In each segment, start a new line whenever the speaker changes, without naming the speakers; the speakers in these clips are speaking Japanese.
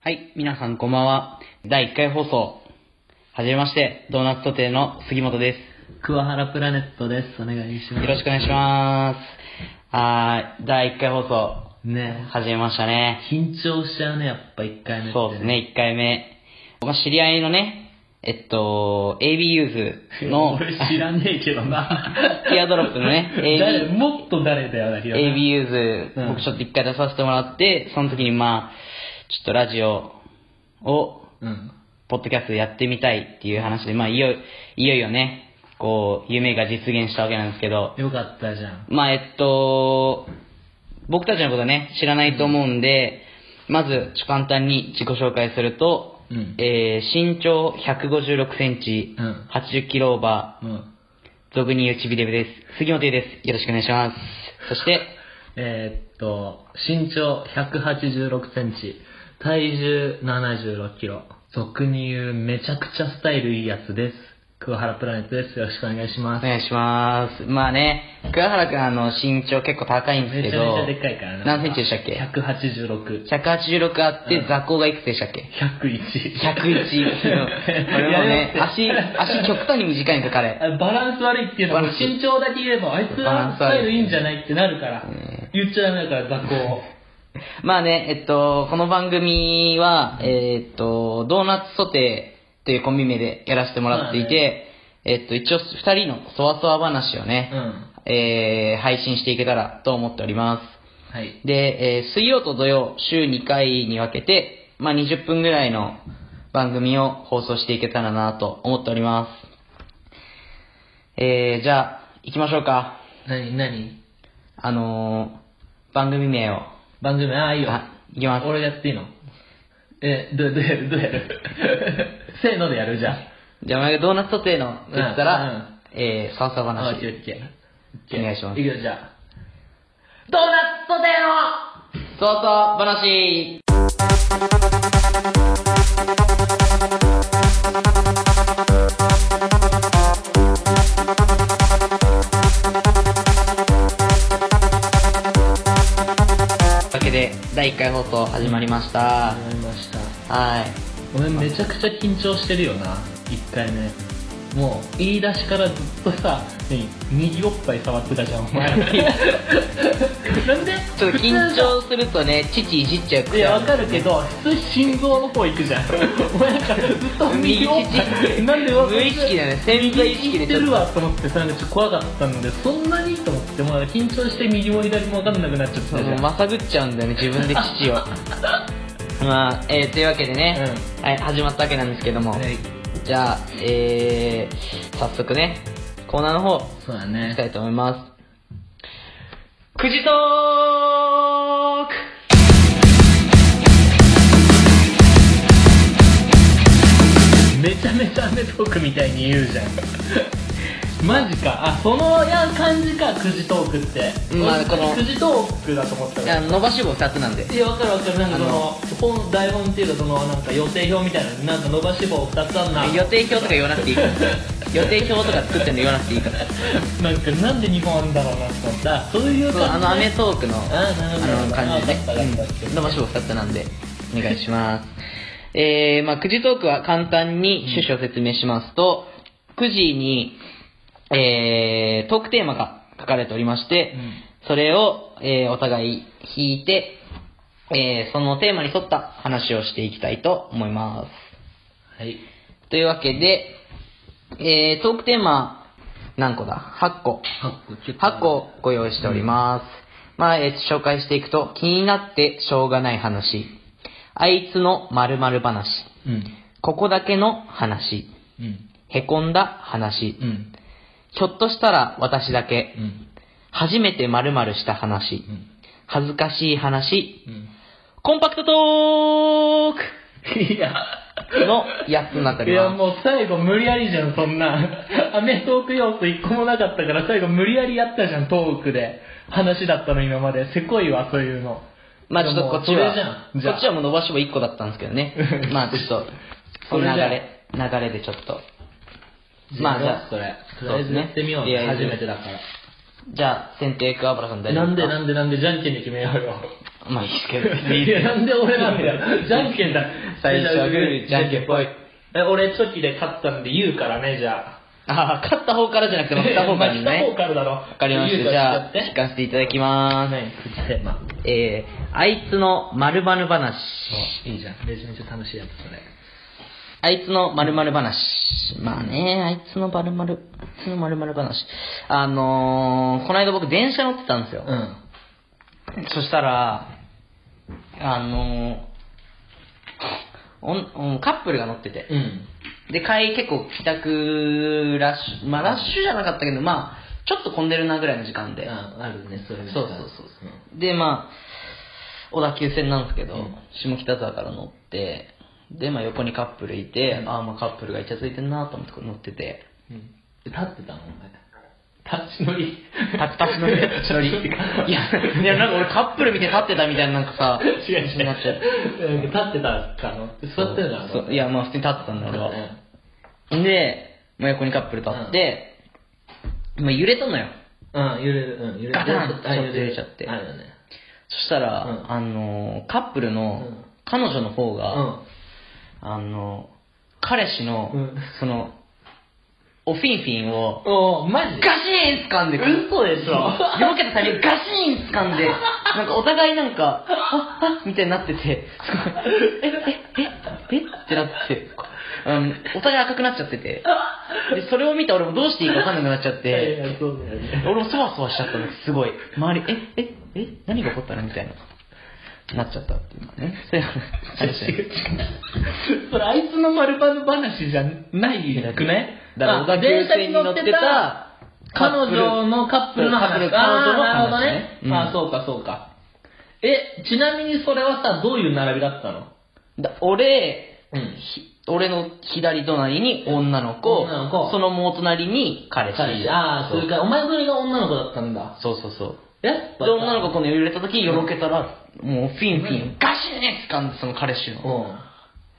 はい、皆さんこんばんは。第1回放送、はじめまして、ドーナツトテの杉本で
桑原プラネットです。お願いし
す。
ます。
よろしくお願いします。あー、第1回放送、
ね
始めましたね。
緊張しちゃうね、やっぱ一回目って。
そうです。ね、1回目。まあ、知り合いのね、えっと、AB ユーズの、
俺知らねえけどな。
ティアドロップのね AB
誰、もっと誰だよな、ひら
AB ユー
う
ズ、
ん
僕ちょっと1回出させてもらって、その時にまあ、ちょっとラジオを、
うん。
ポッドキャストやってみたいっていう話で、まあ、いよ、いよいよね、こう、夢が実現したわけなんですけど、
よかったじゃん。
まあ、えっと、僕たちのことね、知らないと思うんで、まず、ちょ、簡単に自己紹介すると、
うん
えー身長156センチ、
うん
80キロオーバ
うん。
ー、俗に言うちびデブです。杉本優です。よろしくお願いします。そして、
えーっと、身長186センチ、体重76キロ、俗に言うめちゃくちゃスタイルいいやつです。桑原プラネットです。よろしくお願いし
お
ます。
願いします。まあね、桑原くん、あの、身長結構高いんです
め
け
ちゃめ
ど、
ちゃでっかいからな。
何センチでしたっけ
?186。
186あって、座高がいくつでした っけ
101。
101キロ。俺もね、足、足極端に短いんですよ、彼。
足。バランス悪いっていうの
バ
は
ランス
身長だけ言えば、あいつ
バラ
は
ン
ス
ス悪い
タイルいいんじゃないってなるから
ん、
言っちゃダメだから、雑魚を。
まあね、えっと、この番組は、えーっと、ドーナツソテーというコンビ名でやらせてもらっていて、えっと、一応二人のそわそわ話を
う
ね、
ん。
えー配信していけたらと思っております。
はい。
で、えー水曜と土曜、週2回に分けて、まあ、20分ぐらいの番組を放送していけたらなと思っております。えー、じゃあ、行きましょうか。
なになに
あのー、番組名を。
番組、ああ、いいよ。
あ、行きます。
俺がやっていいのえ、どうどうやるどうやる せーのでやるじゃあ。
じゃあ、お前がドーナツソテーのって言った
うんうん
ら、えー、さわさわ
あ、オッ
話
ケ。ーオッケー。
お願いします
いくよ、じゃあ。ドーナツとデロ
そうそう話というわけで第1回放送始まりました
始まりました。
はい
俺めちゃくちゃ緊張してるよな1回目もう言い出しからずっとさ何右おっぱい触ってたじゃんお 前なんで
ちょっと緊
普通さ
張するとね父いじっちゃう癖ある
いやわかるけど普通心臓の方行くじ ゃんお前なんかずっと右おっぱいなんでわ
無意識だよね潜在意識で
行ってるわと思ってさなんかちょっと怖かったんでそんなにと思ってもう緊張して右も左も分かんなくなっちゃって
そ
たじゃ
の
ん
まさぐっちゃうんだよね自分で父 をまあ、えー、というわけでね、はい、始まったわけなんですけども、
はい
じゃあ、えー、早速ねコーナーの方
そうだ
行きた
ね
いと思いますくじトーク
めちゃめちゃアメトークみたいに言うじゃんマジかあそのや感じかくじトークって、
まあこの
くじトークだと思った
い
か
や
ら
伸ばし棒2つなんで
いや分かる分かるなんかそ
あの
の本台本っていうかそのなんか予定表みたいななんか伸ばし棒2つあんな
予定表とか言わなくていい から予定表とか作ってんの言わなくていいから
なんかなんで日本あんだろうなと思ったそういう
そうあ
感じ
の『アメトーク』の
あーなるほど
あの感じで
あーわかったわかった
伸ばし棒2つなんでお願いします えー、まあくじトークは簡単に趣旨を説明しますと、くじに、えー、トークテーマが書かれておりまして、
うん
それを、えー、お互い引いて、えー、そのテーマに沿った話をしていきたいと思います
はい
というわけで、えー、トークテーマ何個だ ?8 個
8個結構
8個ご用意しております。まあ、えー紹介していくと、気になってしょうがない話、あいつの〇〇話、
うん
ここだけの話、
うん
へこんだ話、
うん
ひょっとしたら私だけ
う、ん
初めて〇〇した話、恥ずかしい話、
うん
コンパクトトー
いや
クの8つになってお
い
り
や
ます。
もう最後無理やりじゃんそんなアメトーク要素一個もなかったから最後無理やりやったじゃんトークで話だったの今までせこいわそういうの
まあちょっとこっち
でも
は
それじゃん、じ
こ
ゃあ
っちはもう伸ばし棒1個だったんですけどね。 まあちょっと、
それじ
流
ゃあ
れ、流れでちょっと。まあじゃあ
それ
そ
と
う
りあえ
です
ず
ね
やってみよう
とりあえず
初めてだから
じゃあ、先手、桑原さん大丈
な
夫
ん
です
で
か
なんでなんでじゃんけんで決めようよ。
まあ、いいですけ ど。
いや、なんで俺なんだよ。じゃんけんだ。
最初はグーじゃんけんぽい。
え、俺、チョキで勝ったんで言うからね、じゃあ。
ああ、勝った方からじゃなくて、負けた方からです
負 けた
ね
方。からだろ。わ
わかりました。じゃあ、聞かせていただきま
はい、口テーマ。
す。えー、あいつの〇〇話。
おいいじゃん。めちゃめちゃ楽しいやつ、それ。
あいつの〇〇話。まあね、あいつの〇〇、あいつの〇〇話。あのー、この間僕電車乗ってたんですよ。
ん。
そしたら、あのー、おん、おんカップルが乗ってて。
うん。
で、帰り結構帰宅ラッシュ、まあラッシュじゃなかったけど、まあちょっと混んでるなぐらいの時間で。
ああるね、それ
そうそうそうで、まあ、小田急線なんですけど、
うん
下北沢から乗って、で、まあ横にカップルいて、ああ、まあカップルがイチャついてんなと思ってこう乗ってて、
うん。うん。立ってたのお前。立ち乗り。
タチタチ乗り、立ち乗り。い
か
や、いやなんか俺カップル見て立ってたみたいななんかさ、
違う違う。
なっちゃって。
うん立ってたかの座ってるな
そういや、まあ普通に立ってたんだけど。
うん
で、まあ横にカップル立って、まあ揺れたのよ。
うん、揺れる、うん、揺れる。
ガタン
あ
そう揺れちゃって
あるよね。
そしたら、
うん
あのー、カップルの
うん
彼女の方
う
が、
ん。
あの、彼氏の、
うん
その、おフィンフィンを、
おー、マ
ガ
ジ
シーン掴んで、
嘘でしょ
よけたタイミングガシーン掴んで、なんかお互いなんか、ああみたいになってて、え、え、え、えってなって、あのお互い赤くなっちゃってて、で、それを見て俺もどうしていいか分かんなくなっちゃっ
いやい
て、
や、そうだよね。
俺もそわそわしちゃったの、すごい。周り、え、え、え、何が起こったのみたいな。なっちゃったっていうのはね。そういう話
違う違う違う。それ、あいつの丸バル話じゃないくない
だから
あ
小田急線に乗ってた
彼女のカップルの
カップル彼女の話
話。
ね
あーなるほどね。
うん
あー、そうかそうか。え、ちなみにそれはさ、どういう並びだったの
だ俺、
うん
ひ俺の左隣に女の子、
女の子
そのもう隣に彼氏。
彼氏。あー、それか、お前それが女の子だったんだ。
そうそうそう
え
そう。で、女の子この揺れた時によろけたら、もうフィンフィン、ガシーン掴んで、その彼氏の。
うん。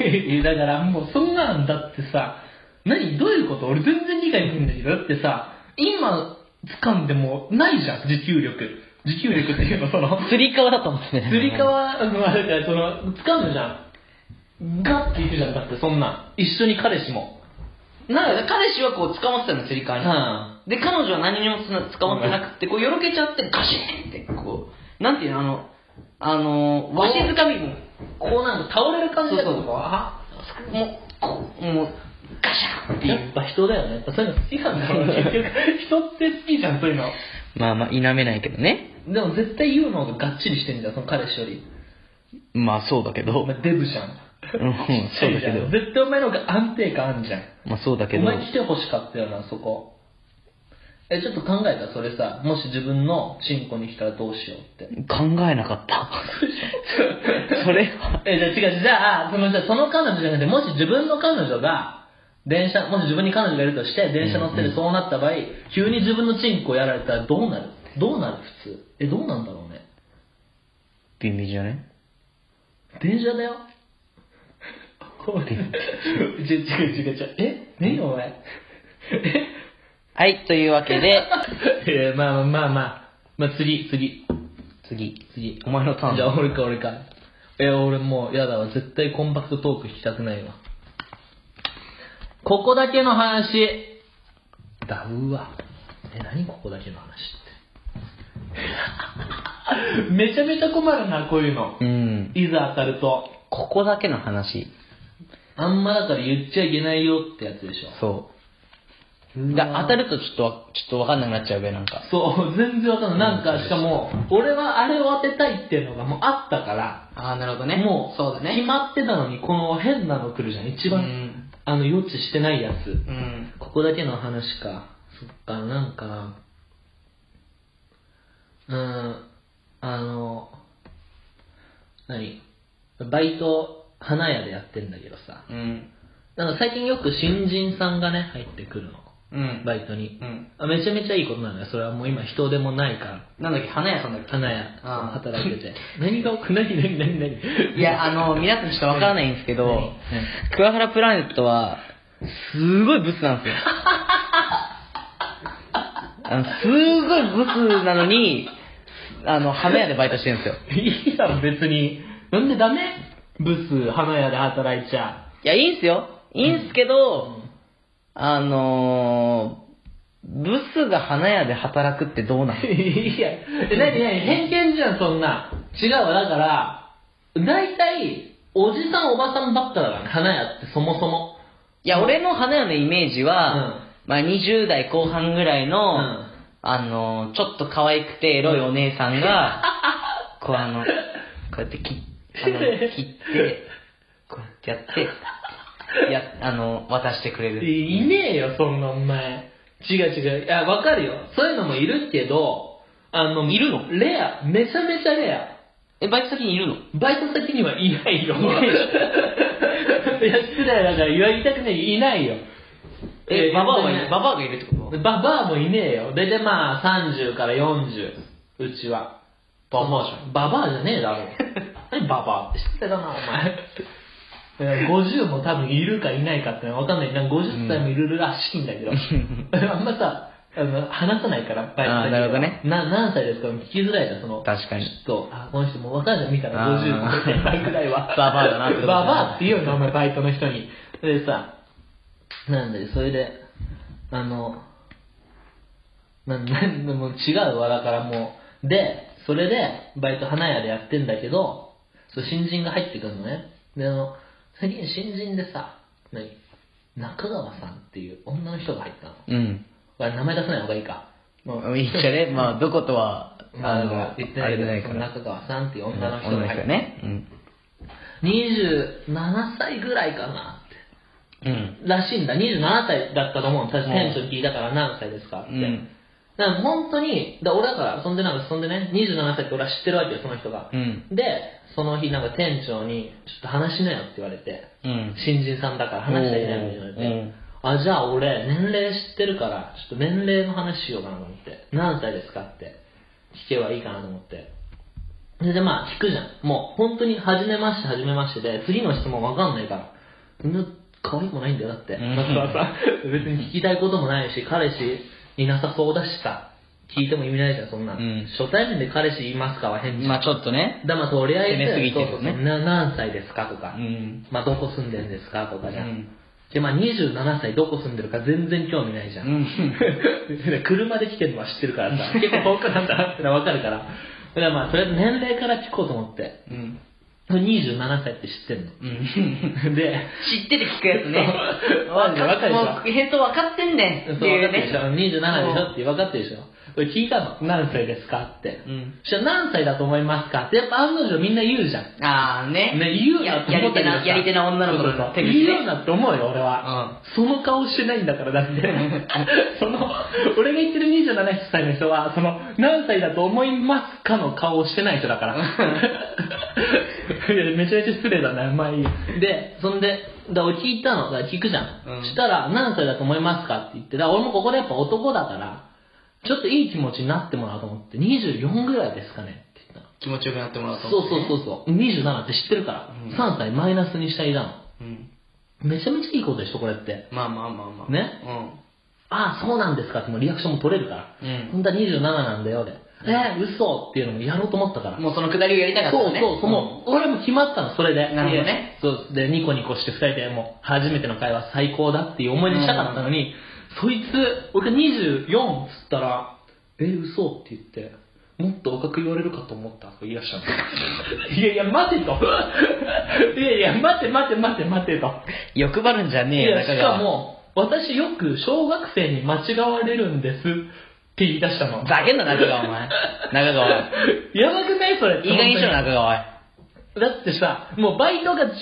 え、だからもうそんなんだってさ、何どういうこと俺全然理解できないんだけど、だってさ、今掴んでもないじゃん、持久力。持久力っていうの、その、
つり革だと思ってね。
釣り革、まあ、だからその、掴むじゃん。ガッていくじゃん、だってそんなん。一緒に彼氏も。
なんか、彼氏はこう、捕まってたの、つり
う
革に。
ん。
で、彼女は何にもつな捕まってなくて、こう、よろけちゃって、ガシーンって、こう、なんていうの、あの、あの、わしづかみも、
こうなんか倒れる感じだと
そうそう
か。
もう、こう、もう、ガシャンっていう
や。っぱ人だよね。やっぱそういうの好きなんだろうね。結局、人って好きじゃん、そういうの。
まあまあ、否めないけどね。
でも絶対言うのががっちりしてんじゃん、その彼氏より。
まあ、そうだけど
お前デブじゃん。
うんそうだけど
絶対お前の方が安定感あんじゃん。
まあ、そうだけ
お
ど。
前来てほしかったよな、そこ。え、ちょっと考えたそれさ、もし自分のチンコに来たらどうしようって。
考えなかった。それは。
え、じゃあ違う、じゃあ、そのじゃあその彼女じゃなくて、もし自分の彼女が、電車、もし自分に彼女がいるとして、電車乗って
うんう
て
ん
そうなった場合、急に自分のチンコをやられたらどうなるどうなる普通。え、どうなんだろうね。
微妙じゃね
電車 だよ。こうで。違う違う違う違う。え何お前。
はい、というわけで、
え ー、まあまあまあまあ。まあ次、次。
次。
次。
お前のターン
じゃあ俺か俺か。えー、俺もうやだわ。絶対コンパクトトーク聞きたくないわ。ここだけの話。だうわ。え、何ここだけの話って。 めちゃめちゃ困るな、こういうの。
うん。
いざ当たると。
ここだけの話。
あんまだから言っちゃいけないよってやつでしょ。
そう。だ当たるとちょっとわ、ちょっとわかんなくなっちゃうべ、なんか。
そう、全然わかんない。なんか、しかも、俺はあれを当てたいっていうのがもうあったから、
ああ、なるほど
もう、
そうだ
決。まってたのに、この変なの来るじゃん。一番、
うん
あの、予知してないやつ。
うん。
ここだけの話か。そっか、なんか、うん、あの、何バイト、花屋でやってんだけどさ。
うん。
なんか最近よく新人さんがね、入ってくるの。
うん。
バイトに
う。ん。
あめちゃめちゃいいことなのよ。それはもう今人でもないから。
なんだっけ、花屋さんだっ
花屋、
あー
働いてて。何が起き何何何何
けいや、あの、皆さんちょっとわからないんですけ
何
ど、桑原プ ラネットは、すごいブスなんですよ。あの、すごいブスなのに、あの、花屋でバイトしてるんですよ。
いいだろ、別に。なんでダメブス、花屋で働いちゃ。
いや、いいんすよ。いいんすけど、あのー、ブスが花屋で働くってどうなの
いや、え、なになに偏見じゃん、そんな。違うわ、だから、大体、おじさん、おばさんばっかだから、花屋ってそもそも。
いや、俺の花屋のイメージは、
うん
まあ20代後半ぐらいの、
うん
あの、ちょっと可愛くてエロいお姉さん が、こうあの、こうやって切っあの切って、こうやってやって、や、あの、渡してくれる。
いいねえよ、そんなお前。違う違う。いや、わかるよ。そういうのもいるけど、あの、
いるの
レア。めちゃめちゃレア。
え、バイト先にいるの
バイト先にはいない よ。い
いないよ
や、失礼だから言いたくない。いないよ。
え、ババアはい
い
る、ババアがいるってこと
ババアもいねえよ。ででまあ、30から40。うちは。
ババアじゃん。
ババアじゃねえだろ。何バ バアって知ってたな、お前。50も多分いるかいないかってわかんない。なんか50歳もいるらしいんだけど。 あんまさ、あの話さないから、バイト先
あーなるほどね
な何歳ですか聞きづらいな、その。
確かに
ちょっと、あ、この人もう若いじゃん、見たら
あー
50もぐらいは。
ババアだなってことだ
バ
ね
バアって言うの、お前バイトの人に。それでさ、なんで、それで、あの、な、なんでも違うわ、だからもう。で、それで、バイト花屋でやってんだけど、そう、新人が入ってくるのね。で、あの、最近新人でさ、何中川さんっていう女の人が入ったの。
うん。
あ名前出さない方がいいか。もう
いいっちゃね、まあ、どことは、
まあ、
あの、あ
言ってない
れ
け
じゃ
ど
ないか
その
ら。
中川さんっていう女の人
女の
が入
人
って、
ね。うん。
27歳ぐらいかなって
うん。
らしいんだ27歳だったと思うの確か店長に聞いたから何歳ですかって、
うん
だから本当にだ俺だからそんでなんかそんでね27歳って俺は知ってるわけよその人が、
うん。
でその日なんか店長に「ちょっと話しなよ」って言われて
うん。
新人さんだから話したいないみたいな言わ
う
れて
ん
あじゃあ俺年齢知ってるからちょっと年齢の話しようかなと思って何歳ですかって聞けばいいかなと思ってそれでまあ聞くじゃんもう本当に初めまして初めましてで次の質問わかんないからそんな可愛くもないんだよだって
うん
だからさ別に聞きたいこともないし彼氏いなさそうだしさ聞いても意味ないじゃんそんな、
うん
初対面で彼氏いますかは変じゃん
まあ、ちょっとね。
だからまあとりあえず
攻めすぎてるね
そうそうそうな何歳ですかと
う
か、
ん。
まあ、どこ住んでるんですかとかじゃん、
うん
でまあ、27歳どこ住んでるか全然興味ないじゃん、
うん。
車で来てるのは知ってるからさ結構遠くなんだなってのは分かるからだからまあとりあえず年齢から聞こうと思って
うん。
27歳って知ってんの
うん。
で
知ってて聞くやつね。
そうわかるわかるでしょ
もう返答分かってんねん
そう
っ
分
てい
か
う
ってるでしょ
ね。
27でしょって分かってるでしょ俺聞いたの何歳ですかって、
うん
そしたら何歳だと思いますかってやっぱ案の定みんな言うじゃん
あーね。
ね、言うなって
や
思
り手
ったけど
な、
さ
やり手な女の子
そうそう
の
そ
手
う
口
言う
ね。
なって思うよ、俺は。その顔してないんだから、だって。 その、俺が言ってる27歳の人は、その、何歳だと思いますかの顔をしてない人だから。 いや、めちゃめちゃ失礼だな、まあいいよで、そんで、だ俺聞いたの、だから聞くじゃん。
うん
したら、何歳だと思いますかって言って、だから俺もここでやっぱ男だから、ちょっといい気持ちになってもらおうと思って、24ぐらいですかねって言ったの。
気持ちよくなってもらおうと
そう
思って
そうそうそう27って知ってるから、
うん
3歳マイナスにしたいだ
うん。
のめちゃめちゃいいことでしょこれって
まあまあまあまあ。
ね。ああそうなんですかってもうリアクションも取れるから、
うん
本当は27なんだよ俺、えー、嘘っていうのもやろうと思ったから、
うん。もうそのくだりをやりたかった
そう
のね。
そうそう、もう俺も決まったのそれで
なるほどね
そうでニコニコして2人でもう初めての会話最高だっていう思い出したかったのに、そいつ俺が24っつったら「え嘘って言ってもっと若く言われるかと思ったと言いらっしゃるの いやいや待てといやいや待て待て待て待てと
うん欲張るんじゃ
い
ねえよ、
や
中
しか
川。
も私よく小学生に間違われるんですって言い出したの
ざけんな、中川、お 前。中川。
やばくないそれって
いい加減にしろ、中川。おい
だってさ、もうバイトが18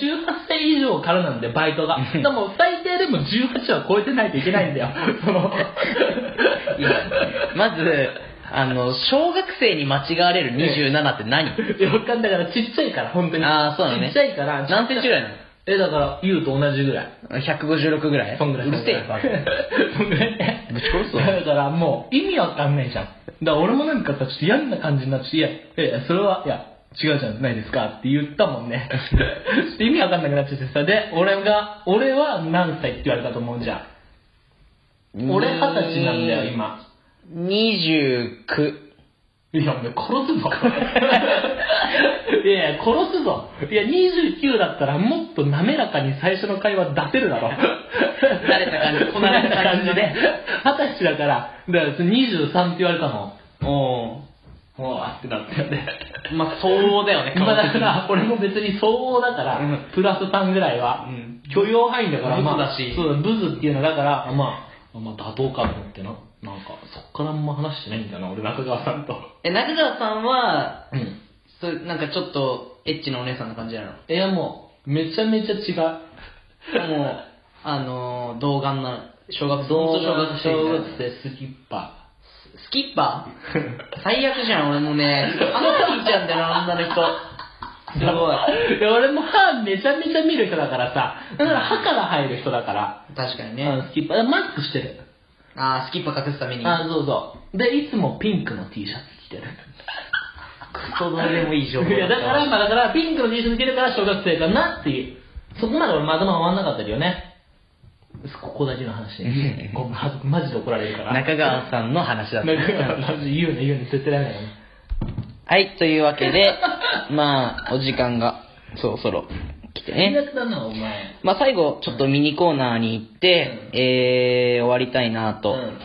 歳以上からなんで、バイトが。でも最低でも18は超えてないといけない んだよ。その。
いやまず、あの、小学生に間違われる27って何
いや、わかんないだからちっちゃいから、本当に。
あーそうなのね
ちっちゃいから。
何センチぐらい
え、だから、言うと同じぐらい。
なの ?156 ぐらい
そんぐらい。
うるせえよ、バカ
そんぐらいね。
ぶち殺すわ
だからもう、意味わかんないじゃん。だから俺もなんかさ、ちょっと嫌な感じになって、いや、いやいや、それは、いや、違うじゃないですかって言ったもんね。ちょっと意味わかんなくなっちゃってさ、で、俺が、俺は何歳って言われたと思うじゃん。俺二十歳なんだよ、今。
29。
いや、お前殺すぞ。 いやいや、殺すぞ。いや、29だったらもっと滑らかに最初の会話出せるだろ。
慣れた感じこなれた感じで。
二十歳だから、だからそれ23って言われたの。
お
おーってなったよね。
まあ、そうだよね、
まあだから、俺も別に総合だから、
うん
プラス3ぐらいは、
うん
許容範囲だから、
ブズ
まあ、
だし
そうだ、ブズっていうのはだから、まあ、まあ妥当かと思ってな。なんか、そっからあんま話してないんだな、俺中川さんと。
え、中澤さんは、
うん。
それなんかちょっと、エッチなお姉さんな感じなのも
いやもう、めちゃ めちゃ違う。
う、あのー、童顔な、小学生、
動
ほんと
画
小学生みたいな。
生スキッパ
スキッパ ー最悪じゃん、俺もね。あんた聞いちゃうんだよな、女の 人。す
ー。
ごい。
い。や、俺も歯めちゃめちゃ見る人だからさ、だから歯から入る人だから、
確かに
あの
ね。
スキッパー、マスクしてる。
あー、スキッパー隠すために。
あ、そうそう。で、いつもピンクの T シャツ着てる。
クソどうでもいい情報
いや、だから、まあだから、ピンクの T シャツ着てるから小学生かなっていう。そこまで俺まだまだ終わんなかったよね。ここだけの話ね。ごめんはマジで怒られるから。
中川さんの話だった。
中川 マジ言うね、言うね、絶対ダメだよね。
はい、というわけで、 まあ、お時間がそろそろ来てね。
最悪だな、お前。
まあ最後、ちょっとミニコーナーに行って、えー、終わりたいな
う
と
ん。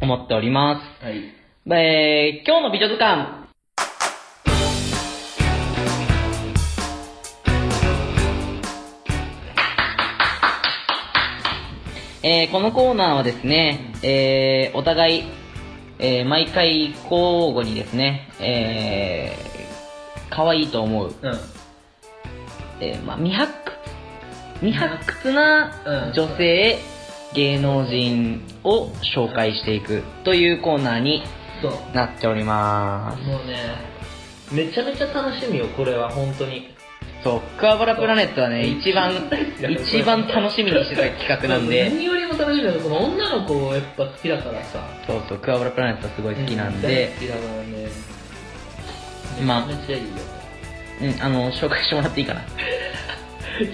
思っております。
はい。
えー、今日の美女図鑑えー、このコーナーはですね、えー、お互い、えー、毎回交互にですね、えー、可愛いと思う、
うん。
えー、まあ、未発掘、未発掘な女性、芸能人を紹介していくというコーナーに
そう。
なっておりま
もうね、めちゃめちゃ楽しみよ、これは、本当に。
す。そう、クワバラプラネットはね、一 番、一番楽しみにしてた企画なんで、
何よりも楽しみだけど、この女の子をやっぱ好きだからさ。
そうそう、クワバラプラネットはすごい好きなん
う
で、
好きだからね。
まあ
めちゃめちゃいいよ。
うん、あの、紹介してもらっていいかな。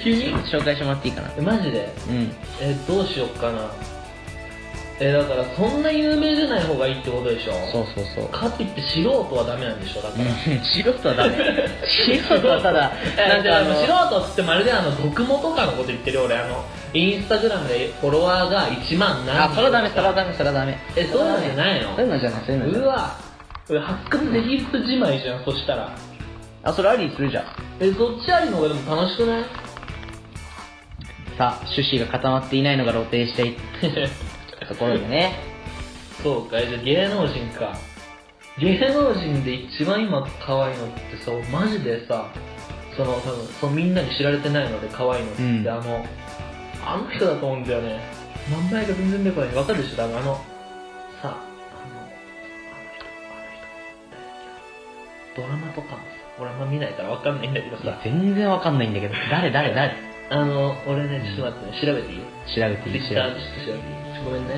急に
紹介してもらっていいかな。
えマジで
うん。
え、どうしよっかな。え、だからそんな有名じゃない方がいいってことでしょ
そうそうそう。
かといって素人はダメなんでしょだか
う
ら。
ん、 素人はダメ。 素人はただ、
な
なんん
か
か
あ
あ
の
の、
素人っつってまるであの毒もとかのこと言ってるよ俺あのインスタグラムでフォロワーが1万何
あ、それはダメ、それはダメ、それはダメ。
えそうなんじゃないの
そういうのじゃない、そういうのじゃ
う
ない。
わ俺発掘できる人じまいじゃんそしたら
あ、それありにするじゃん。
えそっちありの方がでも楽しくない
さあ、趣旨が固まっていないのが露呈していったところでね。
そうかえじゃあ芸能人か芸能人で一番今可愛いのってさ俺マジでさその多分そうみんなに知られてないので可愛いのって、
うん
あのあの人だと思うんだよね名前が全然出てこないわかるでしょ多分あのさあのあの人あの人誰だっけドラマとかもさ俺あんま見ないからわかんないんだけど
いや
さ
全然わかんないんだけど、誰誰誰
あの俺ねちょっと待ってね調べていい
調べていい調べていい
Twitter ちょっと調べていいちょごめんね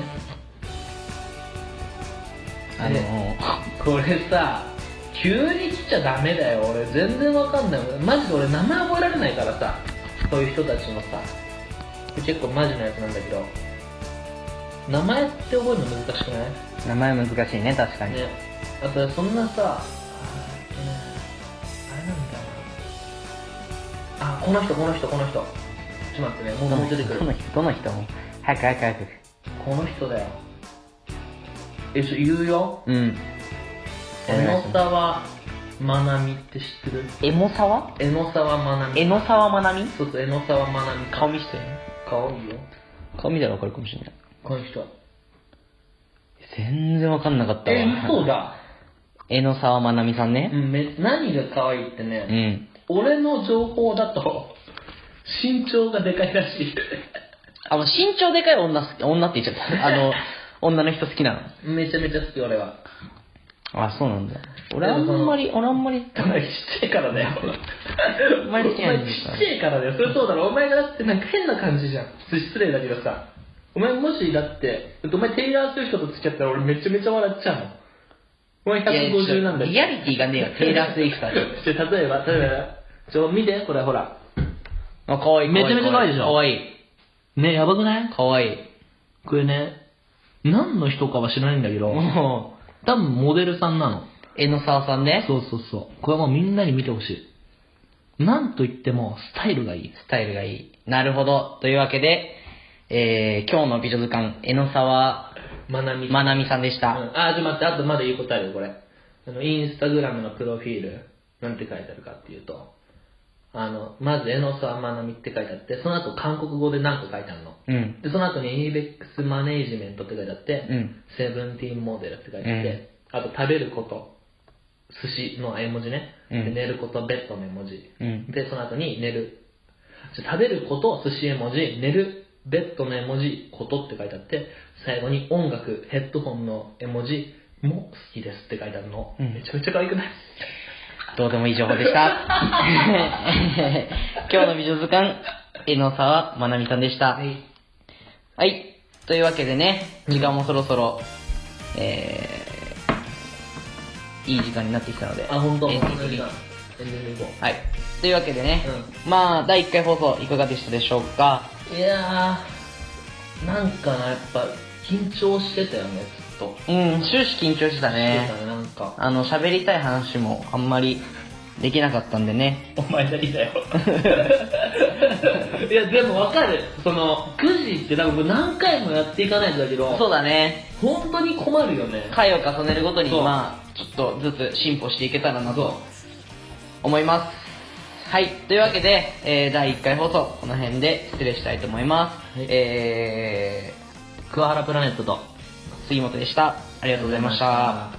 あの、
これさ急に来ちゃダメだよ俺全然わかんないマジで俺名前覚えられないからさそういう人たちのさ結構マジなやつなんだけど名前って覚えるの難しくない
名前難しいね、確かに。
ねあとそんなさあーえっとねあれなんだよなあこの人この人この人ちょっと待ってねもう
ど
も
の
う出
人
てくる
どの人どの人も。早く早く早く。
この人だよえちょ言うよ
うん。お願いしま
榎沢まなみって知ってる
す。エモサワ
江ノ沢まなみ
エノサワマナミ
そうそう江ノ沢まなみ
顔見してね。
顔いいよ
顔見たらわかるかもしれない。
この人
全然わかんなかったわ。
え嘘だ
エノサワマナミさん
う
ね。
んめ何が可愛いって
う
ね、
ん。
俺の情報だと身長がでかいらしい
あの、身長でかい女好き、女って言っちゃ った。あの、女の人好きなの。
めちゃめちゃ好き俺は
あ、そうなんだ。俺あんまり、俺あんまり、
お前ちっちゃいからだよ
お前好きなん
お前
で
ち
すか
っちゃいからだよそれそうだろお前がだってなんか変な感じじゃん失礼だけどさお前もしだってお前テイラー・スウィフトと付き合ったら俺めちゃめちゃ笑っちゃうのお前150なんだ
いやリアリティがねえよテイラース ウィフトは
じゃあ例えば例えばちょ見てこれほら
あ、かわいい。
めちゃめちゃ可愛いでしょ
かわいい。
ねやばくない
かわいい。
これね何の人かは知らないんだけど、
も
多分モデルさんなの。
う、江ノ沢さんね。
そうそうそう。これもうみんなに見てほしい。なんと言っても、スタイルがいい。
スタイルがいい。なるほど。というわけで、えー、今日の美女図鑑、江ノ沢
まなみ
まなみさんでし
う
た。
ん、あ、ちょっと待って、あとまだ言うことあるよ、これ。あの、インスタグラムのプロフィール、なんて書いてあるかっていうと、あの、まず、江ノ沢まなみって書いてあって、その後、韓国語で何個書いてあるの。
うん。
で、その後に、イーベックスマネージメントって書いてあって、
うん
セブンティーンモデルって書いてあって、あと、食べること、寿司の絵文字ね、
うん
で寝ること、ベッドの絵文字、
うん。
で、その後に、寝る。じゃ食べること、寿司絵文字、寝る、ベッドの絵文字、ことって書いてあって、最後に音楽、ヘッドホンの絵文字も好きですって書いてあるの。
うん
めちゃめちゃ可愛くない
どうでもいい情報でした。 今日の美女図鑑、江ノ沢まなみさんでした。
はい。
はい。というわけでね、時間もそろそろ、えー、いい時間になってきたので。
あ、ほんと、
エ
エ
ン
ン
ディ
デ
ング
ィン
に
グ
はい。
行こ
というわけでね、まあ、第1回放送いかがでしたでしょうか
う。いやー、なんかな、やっぱ、緊張してたよね、ずっと。
うん、終始緊張してた
して
ね。
たね、なんか。
あの、喋りたい話もあんまりできなかったんでね。
お前だけだよ。 いや、でもわかる。その、9時って多分何回もやっていかないとだけど、
そうだね。
本当に困るよね。
回を重ねるごとに、
そう
まあ、ちょっとずつ進歩していけたらなと思います。はい。というわけで、えー第1回放送、この辺で失礼したいと思います。
はい
えー
桑原プラネットと。
杉本でした。ありがとうございました。